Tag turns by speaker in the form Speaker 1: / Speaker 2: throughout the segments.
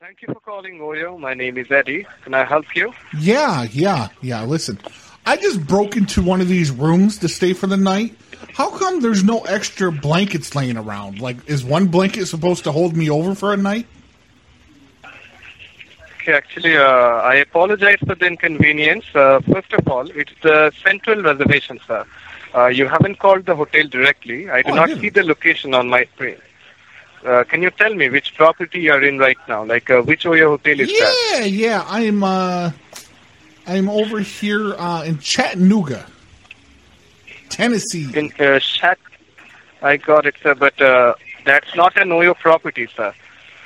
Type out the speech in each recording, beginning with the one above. Speaker 1: Thank you for calling Oreo. My name is Eddie. Can I help you?
Speaker 2: Yeah, yeah, yeah. Listen, I just broke into one of these rooms to stay for the night. How come there's no extra blankets laying around? Like, is one blanket supposed to hold me over for a night?
Speaker 1: Okay, actually, uh, I apologize for the inconvenience. Uh, first of all, it's the central reservation, sir. Uh, you haven't called the hotel directly. I do
Speaker 2: Oh, I
Speaker 1: not
Speaker 2: didn't.
Speaker 1: see the location on my screen. Uh, can you tell me which property you're in right now? Like, uh, which Oyo hotel is that?
Speaker 2: Yeah, yeah. I'm uh, I'm over here uh, in Chattanooga, Tennessee.
Speaker 1: In uh, Shat. I got it, sir, but uh, that's not an Oyo property, sir.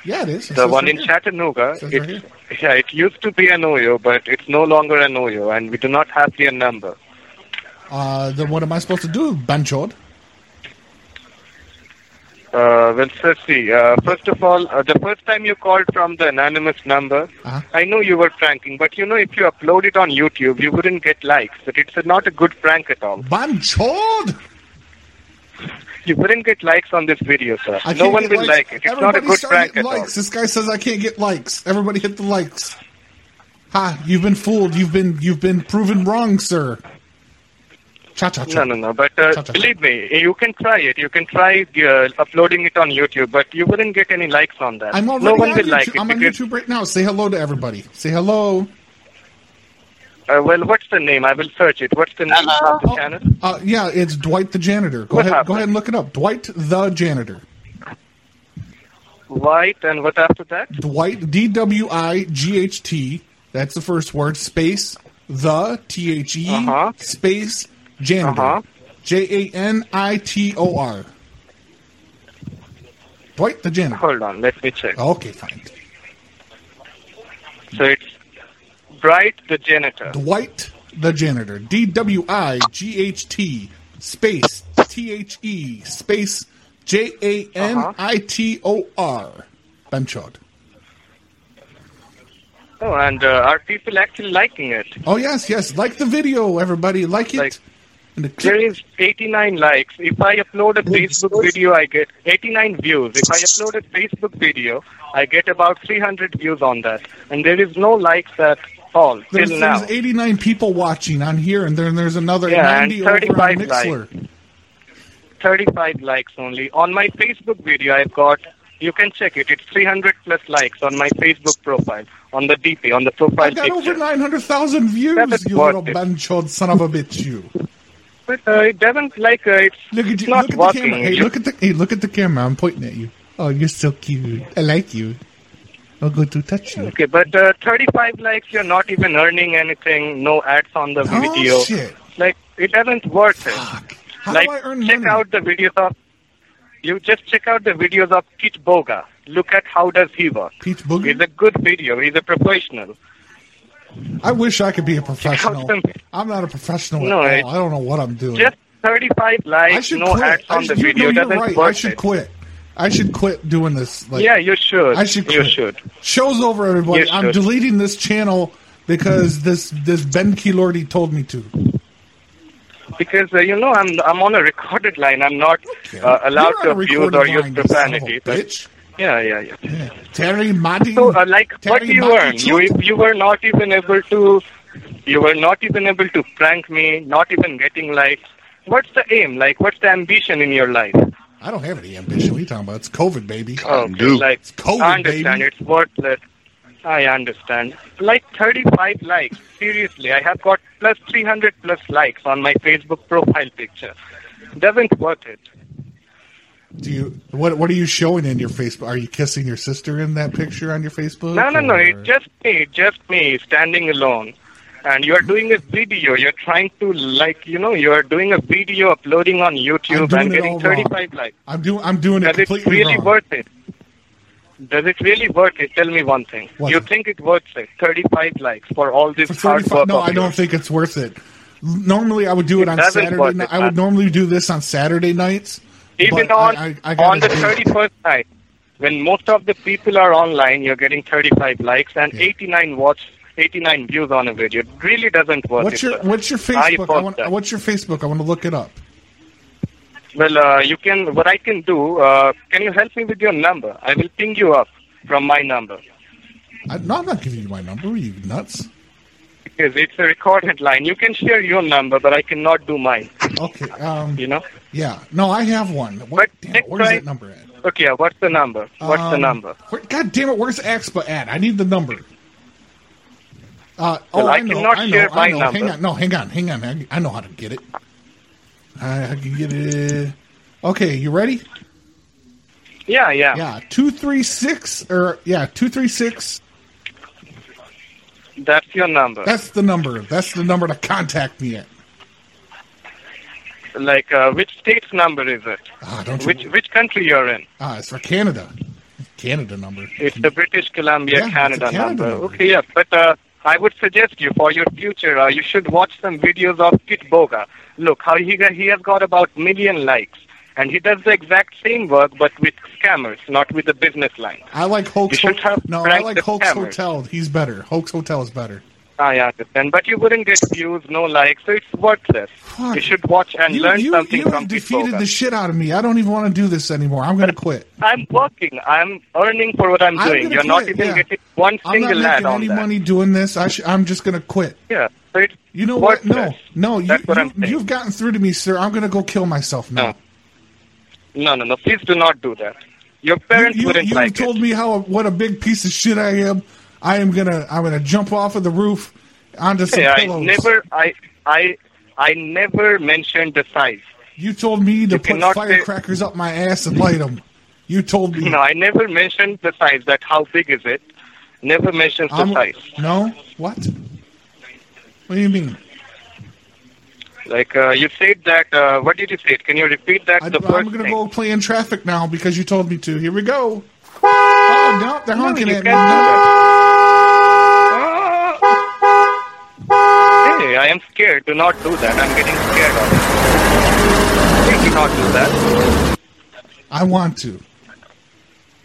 Speaker 2: Yeah, it is. It
Speaker 1: The
Speaker 2: says
Speaker 1: one
Speaker 2: right
Speaker 1: in
Speaker 2: here.
Speaker 1: Chattanooga,
Speaker 2: Says right
Speaker 1: it, yeah, it used to be an Oyo, but it's no longer an Oyo, and we do not have their number.
Speaker 2: Uh, then what am I supposed to do, Banchod?
Speaker 1: Uh, well, sir, see, uh, first of all, uh, the first time you called from the anonymous number,
Speaker 2: Uh-huh.
Speaker 1: I know you were pranking, but you know, if you upload it on YouTube, you wouldn't get likes. But it's a, not a good prank at all.
Speaker 2: Banchod.
Speaker 1: You wouldn't get likes on this video, sir.
Speaker 2: I
Speaker 1: no
Speaker 2: can't
Speaker 1: one
Speaker 2: get
Speaker 1: will
Speaker 2: likes.
Speaker 1: like it. It's
Speaker 2: Everybody
Speaker 1: not a good
Speaker 2: started
Speaker 1: prank at all.
Speaker 2: likes. This guy says I can't get likes. Everybody hit the likes. Ha! You've been fooled. You've been you've been proven wrong, sir. Cha cha cha.
Speaker 1: No, no, no. But uh,
Speaker 2: Cha-cha-cha.
Speaker 1: believe me, you can try it. You can try uh, uploading it on YouTube, but you wouldn't get any likes on that.
Speaker 2: I'm already
Speaker 1: no one
Speaker 2: on
Speaker 1: will
Speaker 2: YouTube.
Speaker 1: like it.
Speaker 2: I'm on
Speaker 1: because-
Speaker 2: YouTube right now. Say hello to everybody. Say hello.
Speaker 1: Uh, well, what's the name? I will search it. What's the name of the
Speaker 2: Oh,
Speaker 1: channel?
Speaker 2: Uh, yeah, it's Dwight the janitor. Go
Speaker 1: What
Speaker 2: ahead.
Speaker 1: happened?
Speaker 2: Go ahead and look it up. Dwight the janitor.
Speaker 1: White, and what after that?
Speaker 2: Dwight D W I G H T. That's the first word. Space the T H E
Speaker 1: Uh-huh.
Speaker 2: space janitor.
Speaker 1: Uh-huh.
Speaker 2: J A N I T O R. Dwight the janitor.
Speaker 1: Hold on, let me check.
Speaker 2: Okay, fine.
Speaker 1: So it's Bright the janitor.
Speaker 2: Dwight the janitor. D W I G H T space T H E space J A N I T O R. Benchod.
Speaker 1: Oh, and uh, are people actually liking it?
Speaker 2: Oh yes, yes. Like the video, everybody. Like it.
Speaker 1: Like-
Speaker 2: and the
Speaker 1: There
Speaker 2: clip.
Speaker 1: is 89 likes. If I upload a Facebook video, I get 89 views. If I upload a Facebook video, I get about 300 views on that. And there is no likes at all
Speaker 2: There's,
Speaker 1: till now.
Speaker 2: there's 89 people watching on here, and then there's another
Speaker 1: Yeah, and
Speaker 2: 90 over on
Speaker 1: 35
Speaker 2: Mixler.
Speaker 1: 35 likes only. On my Facebook video, I've got, you can check it, it's 300 plus likes on my Facebook profile, on the DP, on the
Speaker 2: I
Speaker 1: profile
Speaker 2: got over
Speaker 1: picture.
Speaker 2: 900,000 views,
Speaker 1: That's
Speaker 2: you little
Speaker 1: worth it.
Speaker 2: banchod son of a bitch, you.
Speaker 1: But uh, it doesn't, like, uh, it's,
Speaker 2: Look at
Speaker 1: it's
Speaker 2: you.
Speaker 1: not
Speaker 2: Look at the
Speaker 1: working.
Speaker 2: camera. Hey,
Speaker 1: You-
Speaker 2: look at the, hey, look at the camera. I'm pointing at you. Oh, you're so cute. I like you. I'll go to touch you.
Speaker 1: Okay, but uh, 35 likes, you're not even earning anything, no ads on the
Speaker 2: Oh,
Speaker 1: video.
Speaker 2: shit.
Speaker 1: Like, it doesn't work.
Speaker 2: Fuck. How
Speaker 1: like,
Speaker 2: do I earn
Speaker 1: check
Speaker 2: money?
Speaker 1: out the videos of, you just check out the videos of Kit Boga. Look at how does he work.
Speaker 2: Peach Booger?
Speaker 1: He's a good video. He's a professional.
Speaker 2: I wish I could be a professional.
Speaker 1: some-
Speaker 2: I'm not a professional
Speaker 1: No,
Speaker 2: at
Speaker 1: it-
Speaker 2: all. I don't know what I'm doing.
Speaker 1: Just 35
Speaker 2: I
Speaker 1: likes,
Speaker 2: should
Speaker 1: no
Speaker 2: quit.
Speaker 1: ads
Speaker 2: I
Speaker 1: on
Speaker 2: should-
Speaker 1: the
Speaker 2: you
Speaker 1: video
Speaker 2: know, you're
Speaker 1: doesn't
Speaker 2: right.
Speaker 1: work.
Speaker 2: I should quit. I should quit doing this. Like,
Speaker 1: yeah, you should.
Speaker 2: I should quit.
Speaker 1: You should.
Speaker 2: Show's over, everybody.
Speaker 1: You
Speaker 2: I'm
Speaker 1: should.
Speaker 2: deleting this channel because
Speaker 1: Hmm.
Speaker 2: this this Ben Keylordy told me to.
Speaker 1: Uh, Because uh, you know, I'm I'm on a recorded line. I'm not uh, allowed
Speaker 2: You're
Speaker 1: to
Speaker 2: on a
Speaker 1: abuse
Speaker 2: recorded
Speaker 1: or use
Speaker 2: line, you son of a
Speaker 1: profanity. but-
Speaker 2: bitch.
Speaker 1: yeah, yeah, yeah.
Speaker 2: Yeah. Terry Maddy.
Speaker 1: So, uh, like,
Speaker 2: Terry
Speaker 1: what do you
Speaker 2: Maddy
Speaker 1: earn? You
Speaker 2: Chut.
Speaker 1: you were not even able to, you were not even able to prank me. Not even getting likes. What's the aim? Like, what's the ambition in your life?
Speaker 2: I don't have any ambition. What are you talking about? It's COVID, baby.
Speaker 1: Oh, Okay,
Speaker 3: dude.
Speaker 1: like
Speaker 2: It's COVID,
Speaker 1: I understand
Speaker 2: baby.
Speaker 1: it's worthless. I understand. Like 35 likes. Seriously, I have got plus 300 plus likes on my Facebook profile picture. Doesn't worth it.
Speaker 2: Do you what? What are you showing in your Facebook? Are you kissing your sister in that picture on your Facebook?
Speaker 1: No, no, no.
Speaker 2: or-
Speaker 1: It's just me. Just me standing alone. And you are doing a video. You're trying to like, you know, you are doing a video uploading on
Speaker 2: I'm
Speaker 1: YouTube
Speaker 2: doing
Speaker 1: and
Speaker 2: it
Speaker 1: getting
Speaker 2: all
Speaker 1: 35
Speaker 2: wrong.
Speaker 1: likes.
Speaker 2: I'm doing. I'm doing it
Speaker 1: Does it
Speaker 2: completely
Speaker 1: really
Speaker 2: wrong.
Speaker 1: worth it? Does it really worth it? Tell me one thing.
Speaker 2: What?
Speaker 1: You think it worth it? 35 likes for all this
Speaker 2: For
Speaker 1: hard
Speaker 2: 35
Speaker 1: work?
Speaker 2: no
Speaker 1: of
Speaker 2: i don't
Speaker 1: yours.
Speaker 2: think it's worth it normally i would do it,
Speaker 1: It
Speaker 2: on
Speaker 1: doesn't
Speaker 2: saturday
Speaker 1: worth
Speaker 2: night
Speaker 1: it,
Speaker 2: i would
Speaker 1: man.
Speaker 2: normally do this on saturday nights
Speaker 1: Even
Speaker 2: but
Speaker 1: on
Speaker 2: I- I- I gotta
Speaker 1: on the
Speaker 2: do it.
Speaker 1: 31st night, when most of the people are online, you're getting 35 likes and
Speaker 2: Yeah.
Speaker 1: 89 watch, 89 views on a video. It really doesn't worth
Speaker 2: what's
Speaker 1: it.
Speaker 2: your
Speaker 1: sir.
Speaker 2: what's your
Speaker 1: I
Speaker 2: facebook I
Speaker 1: bought
Speaker 2: want,
Speaker 1: that.
Speaker 2: what's your facebook i want to look it up
Speaker 1: Well, uh, you can. What I can do? Uh, can you help me with your number? I will ping you up from my number.
Speaker 2: I, no, I'm not giving you my number. Are you nuts?
Speaker 1: Because it's a recorded line. You can share your number, but I cannot do mine.
Speaker 2: Okay. Um,
Speaker 1: You know?
Speaker 2: yeah. No, I have one. What,
Speaker 1: But
Speaker 2: damn it,
Speaker 1: next
Speaker 2: where's
Speaker 1: time-
Speaker 2: that number at?
Speaker 1: Okay, what's the number? What's the
Speaker 2: Um,
Speaker 1: number?
Speaker 2: Where, God damn it, where's Axpa at? I need the number. Uh, oh,
Speaker 1: Well,
Speaker 2: I,
Speaker 1: I
Speaker 2: know,
Speaker 1: cannot
Speaker 2: I know,
Speaker 1: share
Speaker 2: I
Speaker 1: my
Speaker 2: know. Hang
Speaker 1: number.
Speaker 2: on, no, hang on, hang on. I, I know how to get it. I, I can get it. Okay, you ready?
Speaker 1: Yeah, yeah.
Speaker 2: Yeah, two three six or yeah, two three six.
Speaker 1: That's your number.
Speaker 2: That's the number. That's the number to contact me at.
Speaker 1: like, uh, which state's number is it?
Speaker 2: Ah, don't you?
Speaker 1: Which which country you're in?
Speaker 2: ah, it's for Canada. Canada number.
Speaker 1: It's the British Columbia,
Speaker 2: Yeah, it's a
Speaker 1: Canada,
Speaker 2: Canada
Speaker 1: number.
Speaker 2: number.
Speaker 1: Okay, yeah, but uh, I would suggest you for your future, uh, you should watch some videos of Kit Boga. Look how he got, he has got about million likes, and he does the exact same work, but with scammers, not with the business line.
Speaker 2: I like Hoax.
Speaker 1: You should
Speaker 2: Ho-
Speaker 1: have
Speaker 2: no, I
Speaker 1: Frank
Speaker 2: like
Speaker 1: the
Speaker 2: Hoax
Speaker 1: Hammer.
Speaker 2: Hotel. He's better. Hoax Hotel is better.
Speaker 1: I understand, but you wouldn't get views, no likes, so it's worthless.
Speaker 2: Fuck.
Speaker 1: You should watch and
Speaker 2: you
Speaker 1: learn
Speaker 2: you,
Speaker 1: something
Speaker 2: you
Speaker 1: from
Speaker 2: have
Speaker 1: Kit
Speaker 2: defeated
Speaker 1: Boga.
Speaker 2: the shit out of me. I don't even want to do this anymore. I'm going to quit.
Speaker 1: I'm working. I'm earning for what I'm,
Speaker 2: I'm
Speaker 1: doing.
Speaker 2: gonna
Speaker 1: You're not
Speaker 2: quit,
Speaker 1: even
Speaker 2: yeah.
Speaker 1: getting one
Speaker 2: I'm not
Speaker 1: single ad
Speaker 2: making
Speaker 1: on
Speaker 2: any
Speaker 1: that.
Speaker 2: money doing this. I sh- I'm just going to quit.
Speaker 1: Yeah, so it's
Speaker 2: You know what? No,
Speaker 1: worthless.
Speaker 2: no. You,
Speaker 1: That's what
Speaker 2: you,
Speaker 1: I'm saying.
Speaker 2: You've gotten through to me, sir. I'm going to go kill myself now.
Speaker 1: No. No, no, no. Please do not do that. Your parents
Speaker 2: you you,
Speaker 1: wouldn't
Speaker 2: you
Speaker 1: like
Speaker 2: told
Speaker 1: it.
Speaker 2: me how what a big piece of shit I am. I am gonna I'm gonna jump off of the roof onto some
Speaker 1: Hey, I
Speaker 2: pillows.
Speaker 1: never, I, I, I never mentioned the size.
Speaker 2: you told me to
Speaker 1: You
Speaker 2: put
Speaker 1: cannot say-
Speaker 2: firecrackers up my ass and light them. You told me.
Speaker 1: No, I never mentioned the size. That how big is it? Never mentioned the
Speaker 2: I'm-
Speaker 1: size.
Speaker 2: no. What? What do you mean?
Speaker 1: Like uh, you said that. Uh, what did you say? Can you repeat that?
Speaker 2: I,
Speaker 1: the 1st
Speaker 2: I'm gonna
Speaker 1: thing.
Speaker 2: go play in traffic now because you told me to. Here we go. Oh no, they're
Speaker 1: No,
Speaker 2: honking
Speaker 1: you
Speaker 2: at
Speaker 1: can't
Speaker 2: me.
Speaker 1: do
Speaker 2: No.
Speaker 1: that. Ah! Hey, I am scared. Do not do that. I'm getting scared of it. Please do not do that.
Speaker 2: I want to.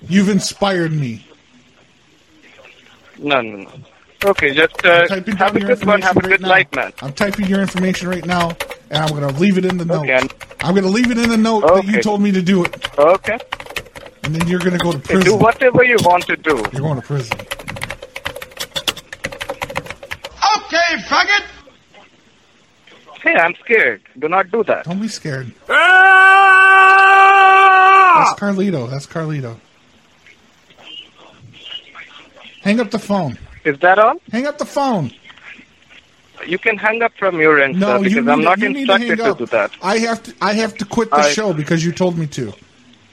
Speaker 2: You've inspired me.
Speaker 1: No, no, no. Okay, just uh,
Speaker 2: I'm typing
Speaker 1: have
Speaker 2: down
Speaker 1: a
Speaker 2: your
Speaker 1: good one.
Speaker 2: information
Speaker 1: Have a
Speaker 2: right
Speaker 1: good
Speaker 2: now.
Speaker 1: life, man.
Speaker 2: I'm typing your information right now, and I'm gonna leave it in the note.
Speaker 1: Okay, and-
Speaker 2: I'm gonna leave it in the note that you
Speaker 1: Okay.
Speaker 2: told me to do it,
Speaker 1: Okay.
Speaker 2: and then you're gonna go to
Speaker 1: Do
Speaker 2: prison.
Speaker 1: whatever you want to do.
Speaker 2: You're going to prison.
Speaker 3: Okay, faggot!
Speaker 1: Hey, I'm scared. Do not do that.
Speaker 2: Don't be scared.
Speaker 1: Ah.
Speaker 2: That's Carlito. That's Carlito. Hang up the phone.
Speaker 1: Is that all?
Speaker 2: Hang up the phone.
Speaker 1: You can hang up from your end,
Speaker 2: No,
Speaker 1: sir,
Speaker 2: you
Speaker 1: Uh, because
Speaker 2: need,
Speaker 1: I'm not
Speaker 2: you need to
Speaker 1: instructed
Speaker 2: hang
Speaker 1: to
Speaker 2: up.
Speaker 1: do that.
Speaker 2: I have to. I have to quit the
Speaker 1: I-
Speaker 2: show because you told me to.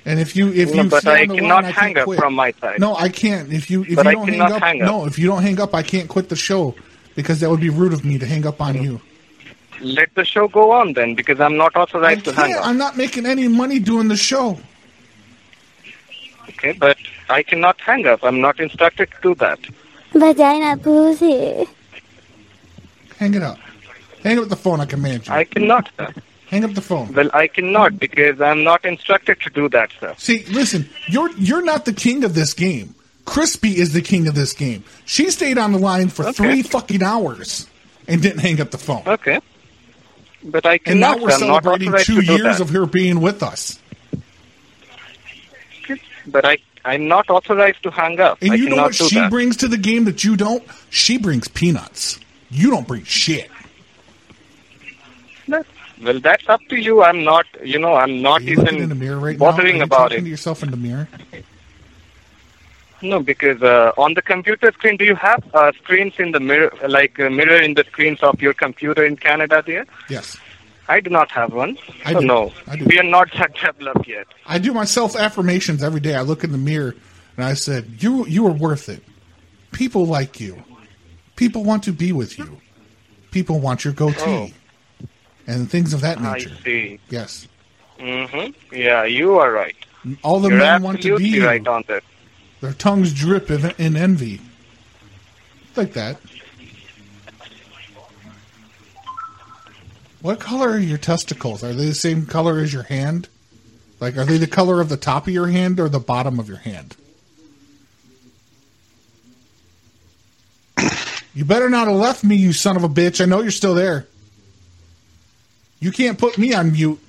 Speaker 2: And if you if
Speaker 1: No,
Speaker 2: you
Speaker 1: but I
Speaker 2: stay on the
Speaker 1: cannot
Speaker 2: line, I
Speaker 1: hang
Speaker 2: can't
Speaker 1: up
Speaker 2: quit.
Speaker 1: from my side.
Speaker 2: No, I can't. If you if
Speaker 1: But
Speaker 2: you
Speaker 1: I
Speaker 2: don't hang
Speaker 1: cannot
Speaker 2: up,
Speaker 1: hang up.
Speaker 2: no, if you don't hang up, I can't quit the show because that would be rude of me to hang up on you.
Speaker 1: Mm-hmm. Let the show go on then, because I'm not
Speaker 2: I
Speaker 1: authorized to hang
Speaker 2: can't.
Speaker 1: up.
Speaker 2: I'm not making any money doing the show.
Speaker 1: Okay, but I cannot hang up. I'm not instructed to do that.
Speaker 4: Vagina pussy.
Speaker 2: Hang it up. Hang up the phone. I command you.
Speaker 1: I cannot, sir.
Speaker 2: hang up the phone.
Speaker 1: Well, I cannot because I'm not instructed to do that, sir.
Speaker 2: See, listen. You're you're not the king of this game. Crispy is the king of this game. She stayed on the line for
Speaker 1: Okay.
Speaker 2: three fucking hours and didn't hang up the phone.
Speaker 1: Okay. But I
Speaker 2: And now
Speaker 1: cannot.
Speaker 2: we're
Speaker 1: I'm not
Speaker 2: celebrating
Speaker 1: authorized
Speaker 2: two
Speaker 1: to do
Speaker 2: years
Speaker 1: that.
Speaker 2: of her being with us.
Speaker 1: But I, I'm not authorized to hang up.
Speaker 2: And
Speaker 1: I
Speaker 2: you know
Speaker 1: cannot
Speaker 2: what
Speaker 1: do
Speaker 2: she
Speaker 1: that.
Speaker 2: brings to the game that you don't? She brings peanuts. You don't bring shit.
Speaker 1: That- Well, that's up to you. I'm not, you know, I'm
Speaker 2: Are
Speaker 1: not
Speaker 2: you looking
Speaker 1: even
Speaker 2: in the mirror right now? Are
Speaker 1: bothering
Speaker 2: you
Speaker 1: about
Speaker 2: talking
Speaker 1: it.
Speaker 2: to yourself in the mirror?
Speaker 1: No, because uh, on the computer screen, do you have uh, screens in the mirror, like a mirror in the screens of your computer in Canada there?
Speaker 2: Yes.
Speaker 1: I do not have one.
Speaker 2: I
Speaker 1: so
Speaker 2: do.
Speaker 1: no,
Speaker 2: I do.
Speaker 1: we are not that developed yet.
Speaker 2: I do my self affirmations every day. I look in the mirror and I said, "You you are worth it. People like you. People want to be with you. People want your goatee,
Speaker 1: Oh.
Speaker 2: and things of that
Speaker 1: I
Speaker 2: nature."
Speaker 1: see.
Speaker 2: Yes.
Speaker 1: hmm Yeah, you are right.
Speaker 2: All the
Speaker 1: You're
Speaker 2: men want to be
Speaker 1: absolutely
Speaker 2: you.
Speaker 1: right on that.
Speaker 2: Their tongues drip in, in envy. Like that. What color are your testicles? Are they the same color as your hand? Like, are they the color of the top of your hand or the bottom of your hand? You better not have left me, you son of a bitch. I know you're still there. You can't put me on mute.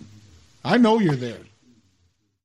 Speaker 2: I know you're there.